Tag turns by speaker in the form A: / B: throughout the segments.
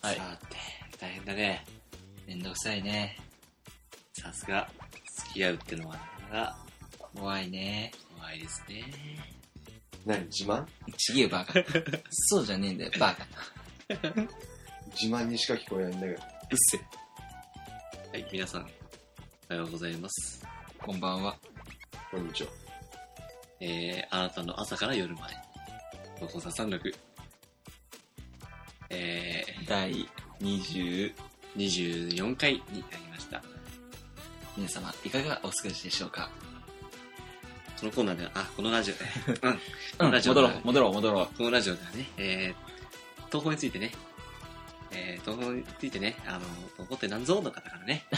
A: はい
B: さて、大変だね。
A: めんどくさいね。
B: さすが、付き合うってのはなかなか
A: 怖いね。
B: 怖いですね。
C: 何自慢
A: ちげえバカ。そうじゃねえんだよ、バカ。
C: 自慢にしか聞こえないんだけど。
B: うっせ。はい、皆さん、おはようございます。
A: こんばんは。
C: こんにちは。
B: えー、あなたの朝から夜まで。おこさ三六。え
A: 第
B: ー、
A: 20、
B: 24回になりました。
A: 皆様、いかがお過ごしでしょうか
B: このコーナーでは、あ、このラジ オで、うん、
A: うん、
B: ラジ
A: 戻
B: オ
A: ろ
B: だ
A: う、戻ろう、戻ろう。
B: このラジオではね、えー、東宝についてね、えー、東宝についてね、あの、東宝って何ぞの方からね、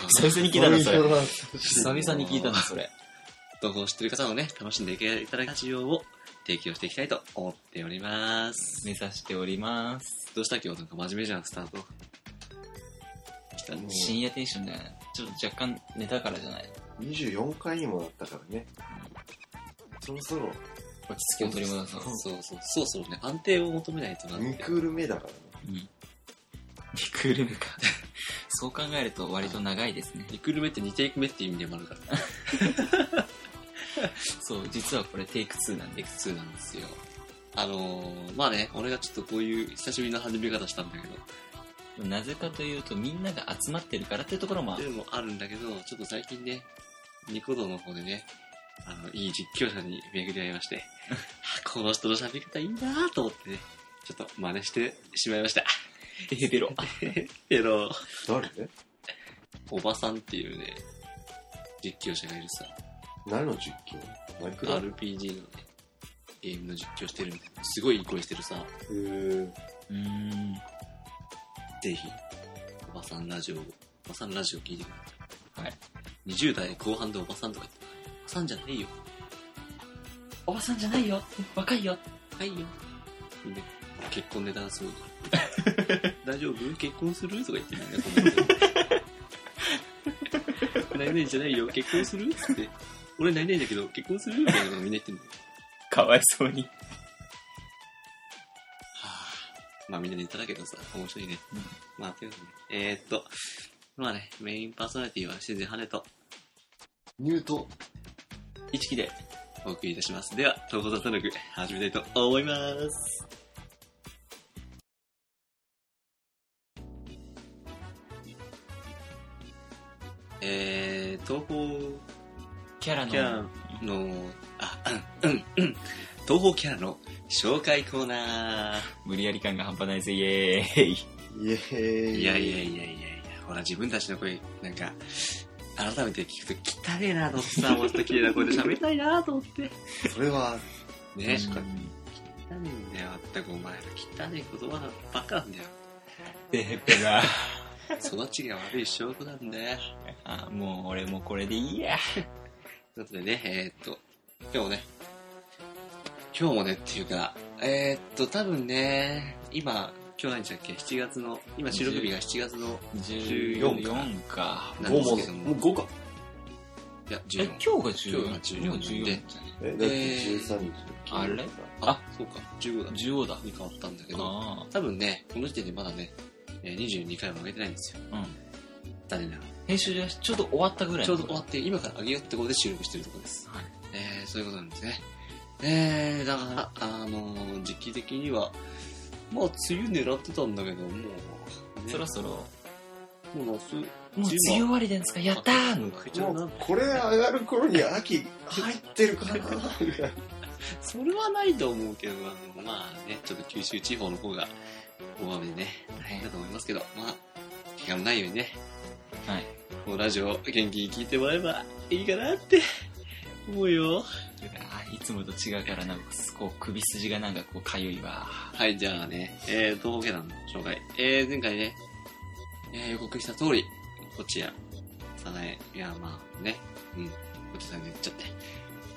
B: あの、
A: 久々に聞いたの、それ。
C: こんにちは
A: 久々に聞いたの、それ。
B: 東宝を知ってる方のね、楽しんでいけいただくラジオを提供していきたいと思っております。
A: 目指しております。
B: どうした今日なんか真面目じゃん、スタート。したね
C: もう
A: 深夜テンションだよね。ちょっと若干寝たからじゃない。
C: 24回にもなったからね。そろそろ、
A: 落ち着きを取り戻そう。
B: そうそう、そろそろね、安定を求めないとなって。
C: 2クール目だからね。
A: うん。リクール目か。 そう考えると割と長いですね。
B: リクルメって似ていく目って意味でもあるから、ね、
A: そう、実はこれテイク2なんで。
B: X2 なんですよ。あのー、まあね、俺がちょっとこういう久しぶりの始め方したんだけど、
A: なぜかというとみんなが集まってるからっていうところもあ
B: でもあるんだけど、ちょっと最近ね、ニコ動の方でね、あの、いい実況者に巡り合いまして、あこの人の喋り方いいなぁと思ってね、ちょっと真似してしまいました。
A: ヘ ベロ。
B: けど、
C: 誰
B: おばさんっていうね、実況者がいるさ、
C: 何の実況マイクラ
B: RPG のね、ゲームの実況してるんで、すごいいい声してるさ、
C: えー、
A: うーん。
B: ぜひ、おばさんラジオを、おばさんラジオ聞いてください。
A: はい。
B: 20代後半でおばさんとか言って、おばさんじゃないよ。おばさんじゃないよ。若いよ。若いよ。みんな、結婚ネタが すごいから。大丈夫結婚するとか言ってみんなこ んな何々じゃないよ。結婚するつって。俺何々だけど、結婚するみたいなことみんな言ってんだよ。
A: かわいそうに。
B: はあ、まあみんなネタだけどさ、面白いね。まあ、ということで、えー、っと、まあね、メインパーソナリティは自然ハネと
C: ニュート。
A: 一気で。
B: お送りいたします。では、東方脱力始めたいと思います。えー、東方
A: キャラ
B: キャ
A: の。
B: ラの、あ、うん、うん、うん、東方キャラの紹介コーナー。
A: 無理やり感が半端ないぜ、イエーイ。
C: イエーイ。
B: いやいやいやいやいや、ほら自分たちの声、なんか、改めて聞くと汚ねえなと思ってさ、もっと綺麗な声で喋りたいなと思って。
C: それは、
B: ね、
C: 確かに
A: に。
B: 汚ねえんだよ、まったくお前ら。汚ねえ言葉ばっかなんだよ。
A: ヘベラ。
B: 育ちが悪い証拠なんだよ。
A: あ、もう俺もこれでいいや。
B: ということでね、えー、っと、今日ね、今日もねっていうか、えー、っと、多分ね、今、今日何日だっけ ?7 月の、今収録日が7月の、
A: 14か。
B: な
C: 5
B: んです
C: も
B: けども
C: もう5か。
B: いや、
A: え、
B: 14
A: 今。日が14
B: 今日が14
A: 今日
B: で
A: 14じゃね
C: え、だって13日の
A: あ
C: 金曜日
A: れ
C: だから
B: あ、そうか、15だ。
A: 15だ。
B: に変わったんだけど、
A: あ
B: 多分ね、この時点でまだね、えー22回も上げてないんですよ。
A: あ。うん。
B: 残念なが
A: 編集がちょうど終わったぐら
B: ら。
A: い
B: ちょ
A: の
B: うど終わって、今から上げようってことで収録してるところです。
A: はい
B: えー、そういうことなんですね。えー、だから、あのー時期的には、まあ、梅雨狙ってたんだけど、もう、ね
A: そろそろも
B: もう夏、
A: う梅雨終わりでんですかやったーの
B: 開けちゃうな。
C: これ上がる頃に秋入ってるかな
B: それはないと思うけど、あのまあね、ちょっと九州地方の方が、大雨でね、大変だと思いますけど、まあ、怪我もないようにね、
A: はい
B: このラジオを元気に聞いてもらえばいいかなって、思うよ。
A: あいつもと違うからなんかこう首筋がなんかこうかゆいわ
B: はい、じゃあね、えー、東方家団の紹介。えー、前回ね、えー、予告した通り、こちや、さなえ、いや、まあね、うん、こちさんが言っちゃって。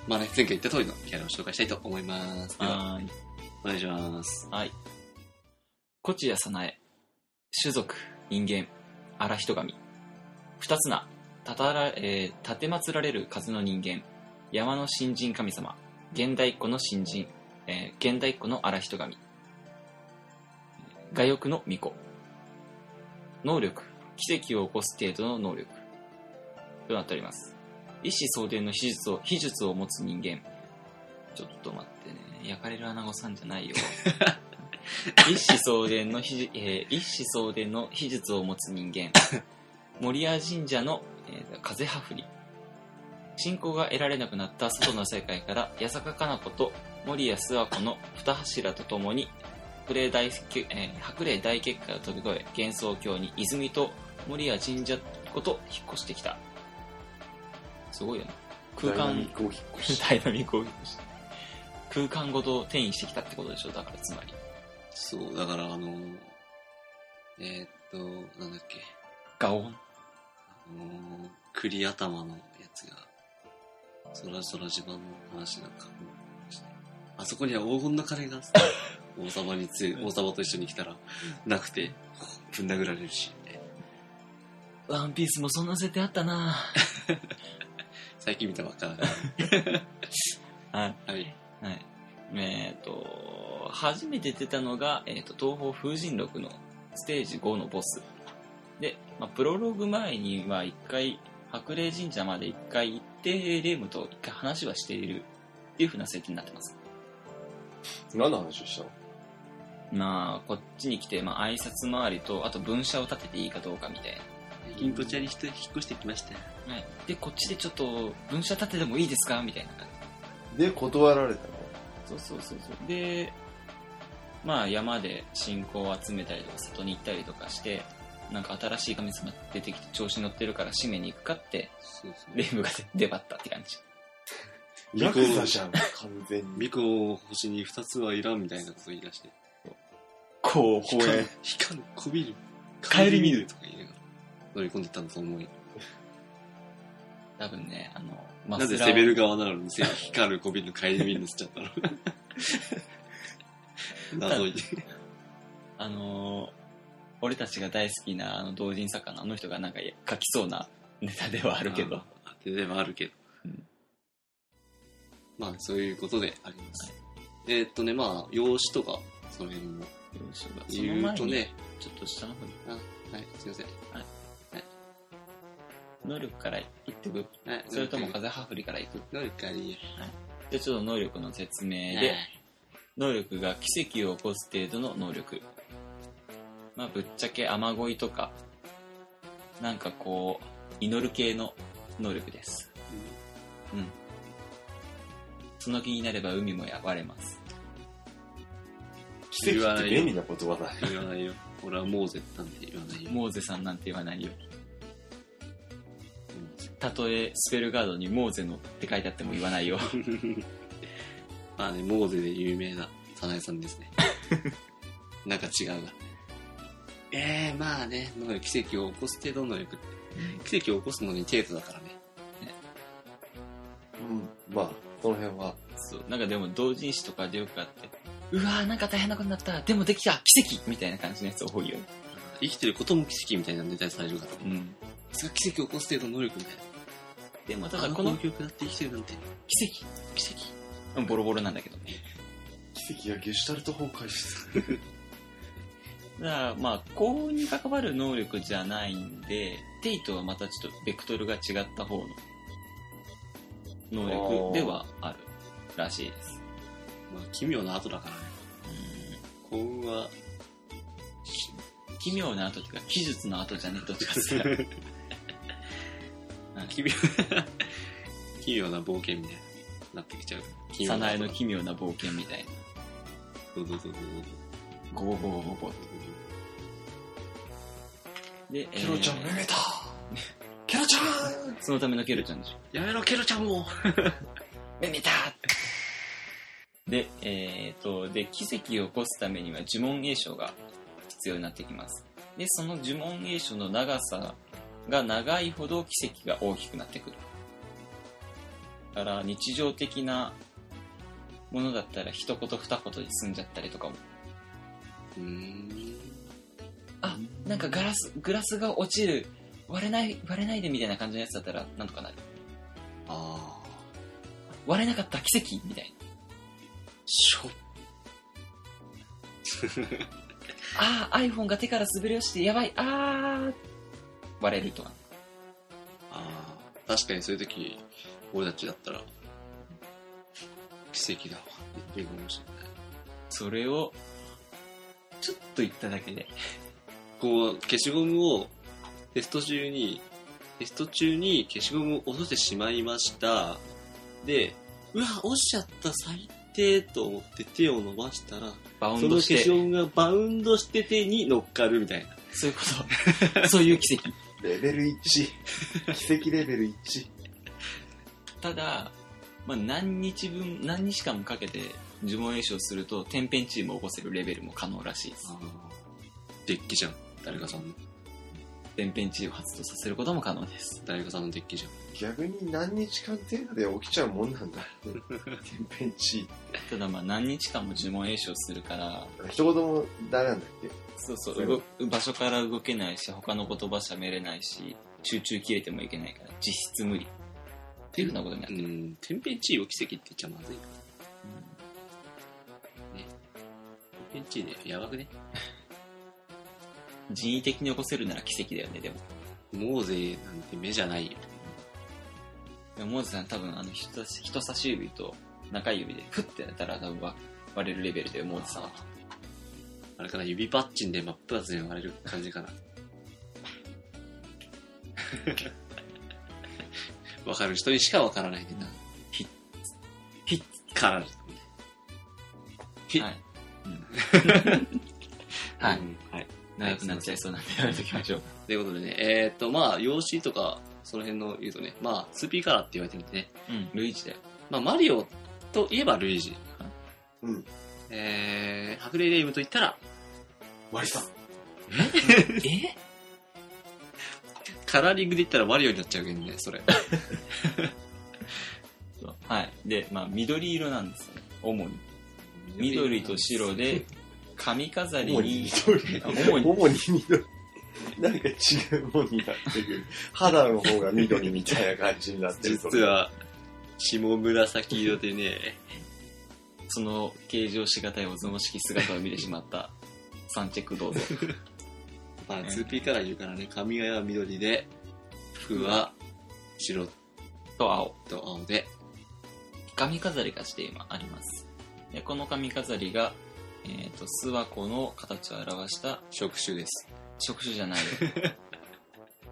B: まあね、前回言った通りのキャラを紹介したいと思います。では、
A: はーい
B: お願いします。
A: はいこちやさなえ種族人間荒人神二つなたたら、えー、立てまつられる数の人間山の新人神様現代っ子の新人、えー現代っ子の荒人神我欲の巫女能力奇跡を起こす程度の能力となっております一子相伝の秘術を秘術を持つ人間ちょっと待ってね焼かれるアナゴさんじゃないよ 一子相伝の秘、えー一子相伝の秘術を持つ 人間守谷神社の、えー風はふり信仰が得られなくなった外の世界から八坂かな子と守谷諏訪子の二柱とともに白麗大,、えー白麗大結界を飛び越え幻想郷に泉と守谷神社ごと引っ越してきたすごいよね空
C: ダイナ
A: 間
C: ミックを引っ越 し。
A: ダイナミックをして空間ごと転移してきたってことでしょだからつまり
B: そう、だからあのー、えー、っと、なんだっけ、
A: ガオ
B: あ
A: ン
B: のー、栗頭のやつが、そらそら地盤の話なんかもして、あそこには黄金の金が、 王様につい、王様と一緒に来たら、なくて、ぶん殴られるし、
A: ワンピースもそんな設定あったな
B: 最近見たばっかだか
A: はい、
B: ら。はい。
A: はい、えっ、と初めて出たのが、えー、と東方風神録のステージ5のボスで、まあ、プロローグ前には一回白麗神社まで一回行ってレムと一回話はしているっていう風な設定になってます
C: 何の話をしたの
A: まあこっちに来て、まあ、挨拶回りとあと文章を立てていいかどうかみたいな
B: 銀こちゃんに人引っ越してきました。
A: はい、でこっちでちょっと文章立ててもいいですかみたいな感
C: で、断られたの。
A: じそうそうそうそうでまあ山で信仰を集めたりとか里に行ったりとかしてなんか新しい神様出てきて調子に乗ってるから締めに行くかって
B: そうそう。
A: 霊夢が 出張ったって感じ
C: ヤクザじゃん、完全に。
B: ミコを星に二つはいらんみたいなこと言い出して。
A: こう
B: 光る、光る、こびる、
A: 帰り見る
B: とか言いながら乗り込んでったんだと思うよ。
A: 多分ねあの
B: なぜ
A: マスラ
B: 攻
A: を
B: める側なのに、 光る、こびる、帰り見るのしちゃったの 謎に。
A: あのー俺たちが大好きなあの同人作家のあの人がなんか書きそうなネタではあるけど
B: あ。当てではあるけど
A: うん。
B: まあ、そういうことであります。えーっとね、まあ、用紙とか、その辺も
A: その
B: 言う
A: 前
B: と
A: に
B: ね、
A: ちょっと下の方に
B: はい、すいません。
A: 能力から言ってく
B: はい、
A: それとも風はふりからいく
B: どれかいい
A: で、ちょっと能力の説明で、能力が奇跡を起こす程度の能力。まあ、ぶっちゃけ雨乞いとか、なんかこう、祈る系の能力です。うん。その気になれば海もやばれます。
C: 奇跡って便利な言葉だね。
B: 言わないよ。俺はモーゼなんて言わないよ。
A: モーゼさんなんて言わないよ。たとえスペルガードにモーゼのって書いてあっても言わないよ。
B: まあね、モーゼで有名なサナエさんです ね。なんか違うが。ええー、まあね、能力奇跡を起こす程度の能力。奇跡を起こすのに程度だからね。
C: うん。まあ、その辺は。
A: そう、なんかでも同人誌とかでよくあって、うわーなんか大変なことになった、でもできた奇跡みたいな感じのやつ多いよ。
B: 生きてることも奇跡みたいなネタにされるから。
A: うん。
B: それが奇跡を起こす程度の能力みたいな。
A: でもだ
B: だか
A: か
B: ららこ
A: この
B: の曲だって生きてるなんて。
A: 奇跡
B: 奇跡。
A: うんボロボロなんだけどね。
C: 奇跡がゲシュタルト崩壊する。
A: だからまあ、幸運に関わる能力じゃないんで、テイとはまたちょっとベクトルが違った方の能力ではあるらしいです。
B: まあ、奇妙な後だからね。幸運は、
A: うん奇妙な後というか、奇術の後じゃねえ、どっちかっていうと
B: 奇妙、 奇妙な冒険みたいになってきちゃう。 奇妙
A: サ
B: な
A: ナエ
B: 後だ
A: の奇妙な冒険みたいな。
B: そうそうそうそう
A: ゴーゴーゴーゴー。で、
C: ケロちゃん、
A: え
C: め
A: ー
C: めたケロちゃん
A: そのためのケロちゃんでしょ。
B: やめろ、ケロちゃんも
A: めめたで、えー、と、で、奇跡を起こすためには呪文栄唱が必要になってきます。で、その呪文栄唱の長さが長いほど奇跡が大きくなってくる。だから、日常的なものだったら一言二言で済んじゃったりとかも。
B: うーん。
A: あ、なんかガラス、グラスが落ちる。割れない、割れないでみたいな感じのやつだったら、なんとかなる。
B: あ
A: 割れなかった奇跡みたい
B: ー。
A: な。
B: しょ。
A: あー iPhone が手から滑り落ちてやばいあー割れるとか
B: ああ、確かにそういう時、俺たちだったら、奇跡だわ。っていうかもしれない。
A: それをちょっと言っただけで
B: こう、消しゴムをテスト中に、テスト中に消しゴムを落としてしまいました。で、うわ、落ちちゃった、最低と思って手を伸ばしたら、
A: バウ
B: そ
A: ン
B: の
A: ドし
B: 消
A: て
B: しゴムがバウンドして手に乗っかるみたいな。
A: そういうこと そういう奇跡
C: レベル1。奇跡レベル1。
A: ただ、まあ、何日分何日間もかけて呪文演習をすると天変地異も起こせるレベルも可能らしいです
B: デッキじゃん。誰かさんの、
A: 天変地異を発動させることも可能です
B: 誰かさんのデッキじゃん。
C: 逆に何日間程度で起きちゃうもんなんだ。天変地異。
A: ただまあ何日間も呪文演習をするから
C: 一言もダメなんだっけ
A: そうそ
C: そうう
A: 動く場所から動けないし他の言葉喋れないし集中切れてもいけないから実質無理っていうふうなことになっ
B: う
A: てる、
B: ん、天変地異を奇跡って言っちゃまずい。天変地異ね、やばくね。
A: 人為的に起こせるなら奇跡だよねでも
B: モーゼなんて目じゃないよ。
A: でもモーズさん多分あの人差し人差し指と中指でフッてやったら多分割れるレベルでモーズさんは
B: あれかな、指パッチンで真っ二つに割れる感じかな。 わかる人にしかわからないネタ。
A: ひ
B: ッ、ひっ、から。ひっ、
A: はい。 は
B: う
A: い。
B: んはい。
A: 長くなっちゃいそうなんでやめときましょう。
B: ということでね、えーっと、まあ、用紙とか、その辺の言うとね、まあ、スーピーカラーって言われてるんでね、
A: うん、ルイージだよ。
B: まあ、マリオといえばルイージ。
C: うん。
B: えー、ハグレイレイムと言ったら、
C: マリさん。
A: え
B: カラーリングで言ったらマリオになっちゃうけどね、それ。
A: はい。で、まあ、緑色なんですよね。主に。 緑と白 で、髪飾り
C: 主に
A: に、
C: 緑。
A: あ主に、
C: 主に緑。なんか違うもんになってる。肌の方が緑みたいな感じになってると。
B: 実は、下紫色でね、
A: その形状しがたいおぞましき姿を見てしまった、サンチェックどうぞ。
B: まあ、
A: ね
B: 2P から言うからね、髪は緑で、服は白
A: と青。
B: と青で、
A: 髪飾りがして今あります。で、この髪飾りが、えっ、と、諏訪湖の形を表した
B: 触手です。
A: 触手じゃ ないよ。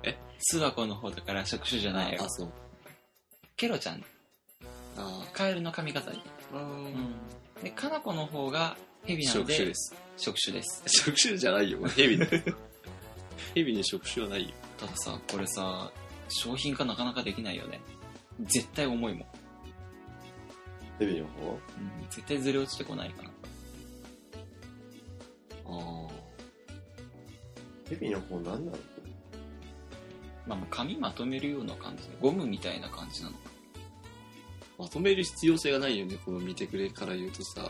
B: え
A: 諏訪湖の方だから触手じゃないよ
B: あ、。そう。
A: ケロちゃん、
B: あ
A: カエルの髪飾り。
B: ー
A: で、かなこの方が蛇なの
B: 触
A: で、
B: 手です。
A: 触手です。
B: 触手じゃないよ、蛇だよ。蛇に触手はないよ。
A: たださ、これさ、商品化なかなかできないよね。絶対重いもん。
C: テレビの方
A: 絶対ずれ落ちてこないかな。
B: あ
C: テレビの方何なの
A: まあ、もう紙まとめるような感じで、ゴムみたいな感じ なの。
B: まとめる必要性がないよね、この見てくれから言うとさ、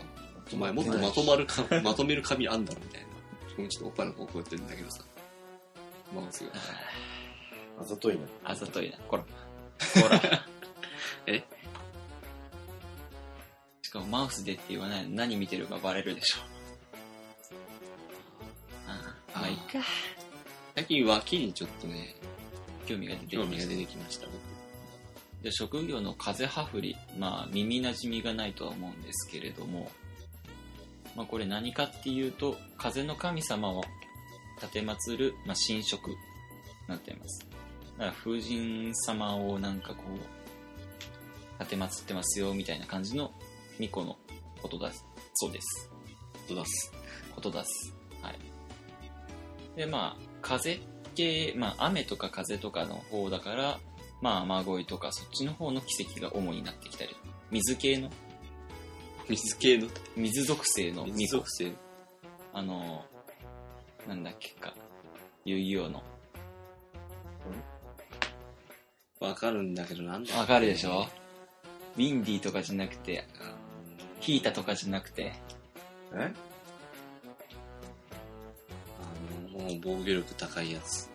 B: お前もっとまとまるか、 まとめる髪あんだろ、みたいな。ごめんちょっとおっぱいの方向ってるんだけどさ。マウスが。
C: あざといな。
A: あざといな。こら。こ ら。
B: え
A: しかもマウスでって言わないの何見てるかバレるでしょ。ああ、まあいいか。
B: 最近脇にちょっとね、
A: 興味が出てき
B: 興
A: ま
B: 味が
A: した
B: 出。てきました、僕。
A: で職業の風はふり、まあ、耳なじみがないとは思うんですけれども、まあ、これ何かっていうと風の神様を奉る、まあ、神職になっていますだから風神様をなんかこう奉ってますよみたいな感じの巫女のことだそうです
B: と出す。
A: ことだす。はい。で、まあ、風系、まあ、雨とか風とかの方だから、まあ、雨乞いとか、そっちの方の奇跡が主になってきたり、水系の、
B: 水系の
A: 水属性の
B: 水
A: 巫女
B: 属性。
A: あの、なんだっけか、遊戯王の。
B: わかるんだけど、なんだ
A: わかるでしょウィンディーとかじゃなくて、ヒータとかじゃなくて、
C: え
B: あの、もう防御力高いやつ。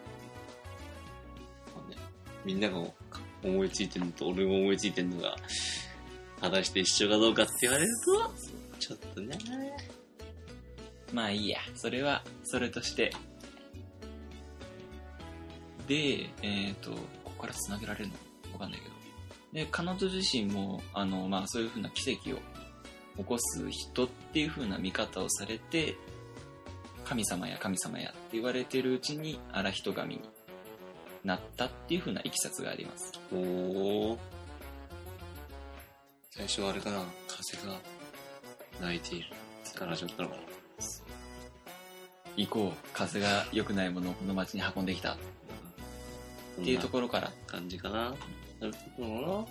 B: まあねみんなが思いついてるのと、俺も思いついてるのが、果たして一緒かどうかって言われると、ちょっとね。
A: まあいいや。それは、それとして。で、えっ、と、ここから繋げられるのわかんないけど。で、彼女自身も、あの、まあそういう風な奇跡を起こす人っていう風な見方をされて、神様や神様やって言われてるうちに荒人神になったっていう風な経きさつがあります。
B: おお。最初はあれかな、風が泣いている。から始まったのかな。
A: 行こう、風が良くないものをこの町に運んできたっていうところから
B: ろ感じかな。なるほど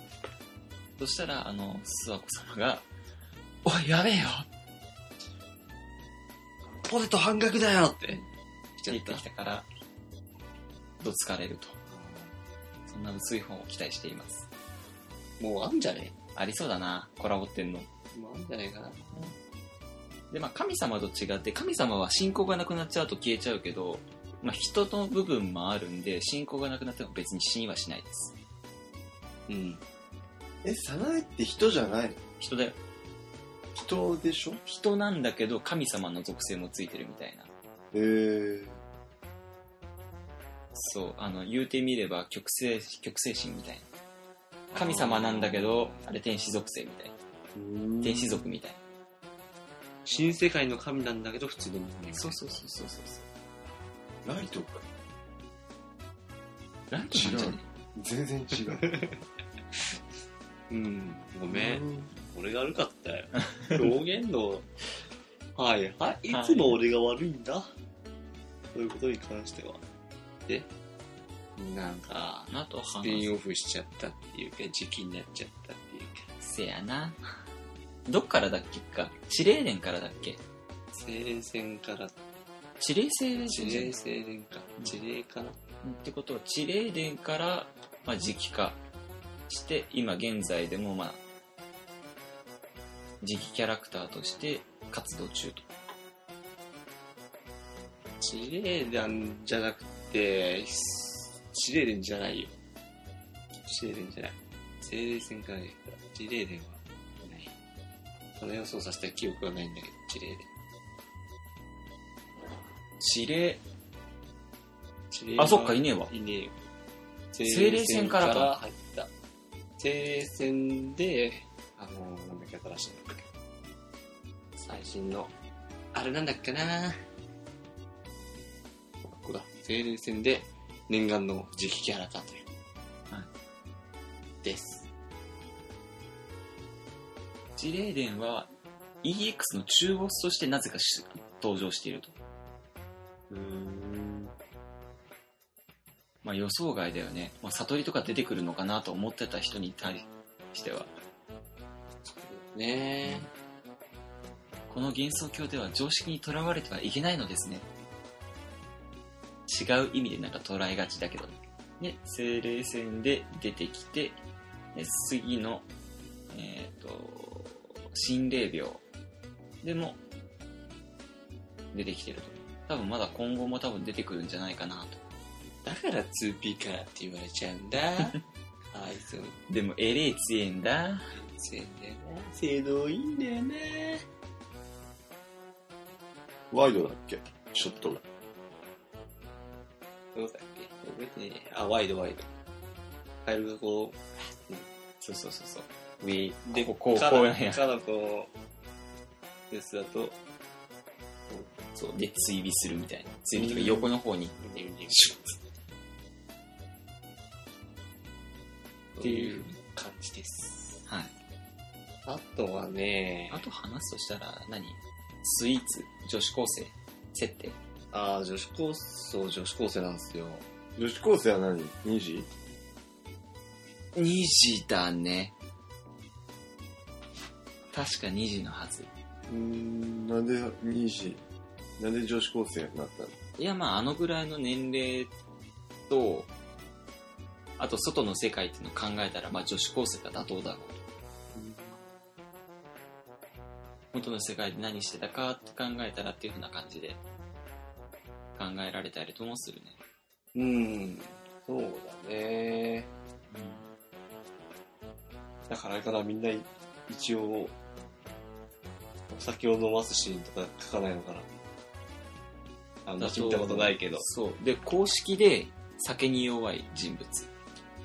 A: そしたら、あの、諏訪子様が、おい、やべえよ
B: な。ポテト半額だよって来
A: って
B: ちゃ
A: 言
B: っ
A: って
B: た。
A: きたから、どつかれると。そんな薄い本を期待しています。
B: もうあんじゃね
A: ありそうだな、コラボってんの。
B: もうあんじゃねえかな。
A: で、まあ、神様と違って、神様は信仰がなくなっちゃうと消えちゃうけど、まあ、人の部分もあるんで、信仰がなくなっても別に死にはしないです。
B: うん。
C: え、サナエって人じゃないの
A: 人だよ。
C: 人でしょ
A: 人なんだけど、神様の属性もついてるみたいな。
C: えー、
A: そう、あの、言うてみれば、極性、極性神みたいな。神様なんだけど、あれ天使属性みたいな。
C: うーん
A: 天使族みたいな。
B: 新世界の神なんだけど普通の人
A: そうそうそうそうそう。
C: ライトか。
A: ライトなんじゃね
C: 全然違う。
B: う。うん。ごめん。
C: う
B: 俺が悪かったよ。 表現の、はいはい。い
A: はい
B: つも俺が悪いんだ。そういうことに関しては。で、なんか、
A: あと
B: ス
A: 話
B: ピンオフしちゃったっていうか、時期になっちゃったっていうか。
A: せやな。どっからだっけか。地霊殿からだっけ
B: 精霊戦から、
A: 地霊聖殿
B: 地
A: 神じゃない
B: 霊精霊か、地霊かな。
A: うんってことは、地霊殿から、まあ、時期化して、今現在でも、まあ、時期キャラクターとして活動中と。
B: 地霊団じゃなくて、地霊殿じゃないよ。地霊殿じゃない。精霊戦から出てきた。地霊殿はない。それを操作した記憶はないんだけど、地霊殿。
A: 地霊、
B: 地霊
A: あ、そっか、いねえわ。
B: いねえよ。
A: 精霊戦からか
B: 精霊入った。精霊戦で、あのー、なんだっけ、新しいの最新の、あれなんだっけなここだ。精霊戦で、念願の次期キャラかという。
A: はい
B: です。
A: 地霊殿は、EX の中ボスとしてなぜかし登場していると。
C: ーん。
A: まあ、予想外だよね。まあ、悟りとか出てくるのかなと思ってた人に対しては、
B: ね
A: この幻想郷では常識にとらわれてはいけないのですね。違う意味でなんか捉えがちだけどね。で、精霊戦で出てきて、で次の、えっ、と、心霊病でも出てきてると。多分まだ今後も多分出てくるんじゃないかなと。
B: だから 2P からって言われちゃうんだ。あいつも
A: でも、エレー強えんだ。
B: 強いんだよな。性能いいんだよな。
C: ワイドだっけショットが。
B: どうだっけ覚えてねえやあ、ワイドワイド。カエルがこ
A: そうそうそうそう。ウィ
B: う、
A: ー、で、こう、こう
B: か
A: こうやん
B: ら
A: や。
B: からこう、ですだと、
A: そう。で、追尾するみたいな。追尾とか横の方に、シュッ
B: っていう感じです。
A: はい。
B: あとはね、
A: あと話すとしたら何、スイーツ、女子高生、設定。
B: あー女子高そう、女子高生なんですよ。
C: 女子高生は何 ?2 時
A: 2時だね。確か2時のはず。
C: うーん、なんで2時なんで女子高生になったの
A: いや、まあ、あのぐらいの年齢と、あと外の世界っていうのを考えたら、まあ、女子高生が妥当だろうと。元の世界で何してたかって考えたらっていうふうな感じで考えられたりともするね。
B: うん、そうだね。だからあれからみんな一応、お酒を飲ますシーンとか書かないのかな。あんま聞いたことないけど。
A: そう。で、公式で酒に弱い人物。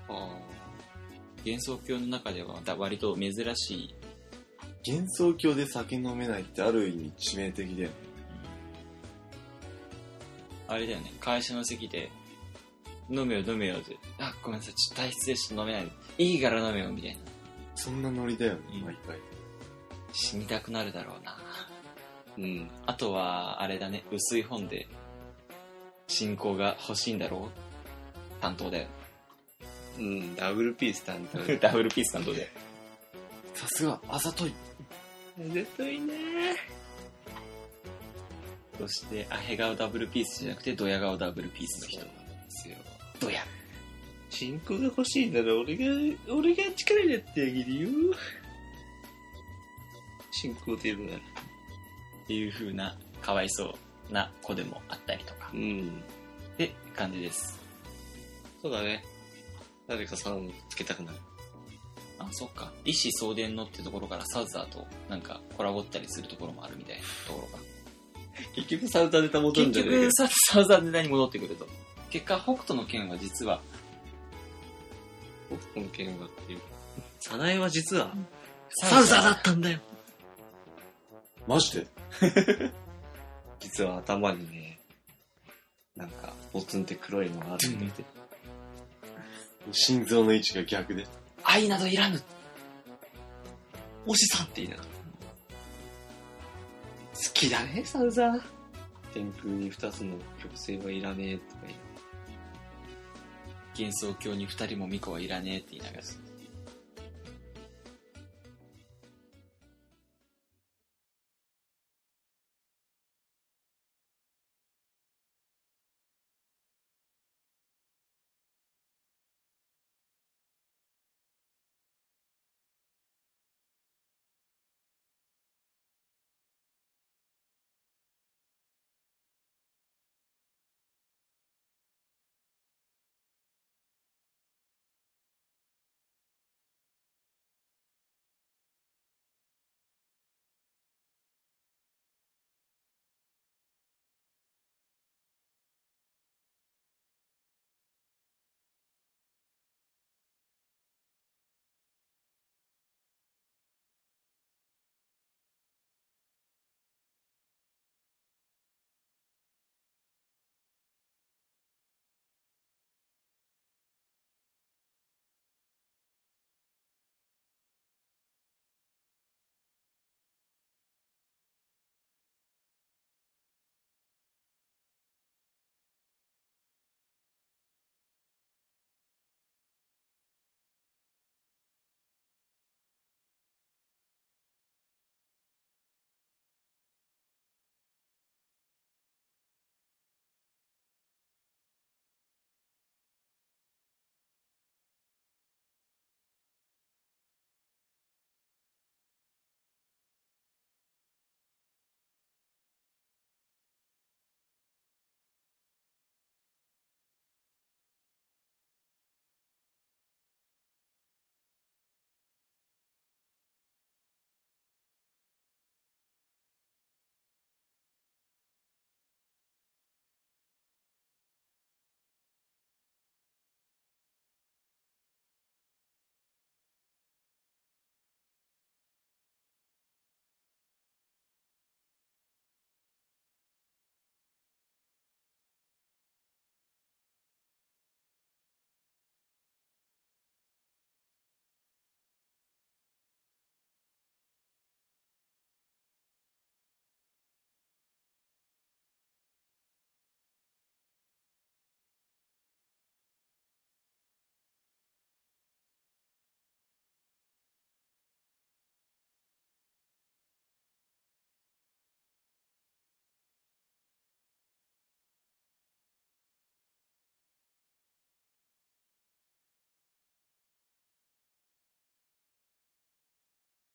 B: あ
A: 幻想郷の中では割と珍しい。
C: 幻想郷で酒飲めないってある意味致命的だよね。
A: あれだよね、会社の席で、飲めよ飲めよって、あ、ごめんなさい、ちょっと体質でちょっと飲めない。いいから飲めよ、みたいな。
C: そんなノリだよね
A: う、ん
C: 毎回。
A: 死にたくなるだろうな。
B: ーうん。
A: あとは、あれだね、薄い本で、進行が欲しいんだろう担当だよ。
B: うん。ダブルピース担当。
A: ダブルピース担当だよ。
C: さすが、あざとい。
B: ずっといね
A: そして、アヘ顔ダブルピースじゃなくて、ドヤ顔ダブルピースの
B: そう
A: 人
B: な。んですよ。
A: ドヤ。
B: 進行が欲しいんだら俺が、俺が力になってあげるよ。進行っていうのが。
A: っていう風な、かわいそうな子でもあったりとか
B: う。ん。
A: って感じです。
B: そうだね。誰かさんつけたくなる。
A: あ、そっか。医師送電のってところからサウザーとなんかコラボったりするところもあるみたいなところが。
B: 結局サウタネタ戻る
A: 結
B: んじゃね
A: 局サ、サウザーネタに戻ってくると。結果、北斗の剣は実は、
B: 僕の件はっていう。サナエは実は、
A: サウザー
B: だったんだよ。
C: マジで
B: 実は頭にね、なんか、ボツンって黒いのがあるんだよ。
C: 心臓の位置が逆で。
A: 愛などいらぬ
B: おしさんって言いながら。好きだね、サウザー。天空に二つの曲線はいらねえとか言い
A: 幻想郷に二人も巫女はいらねえって言いながら。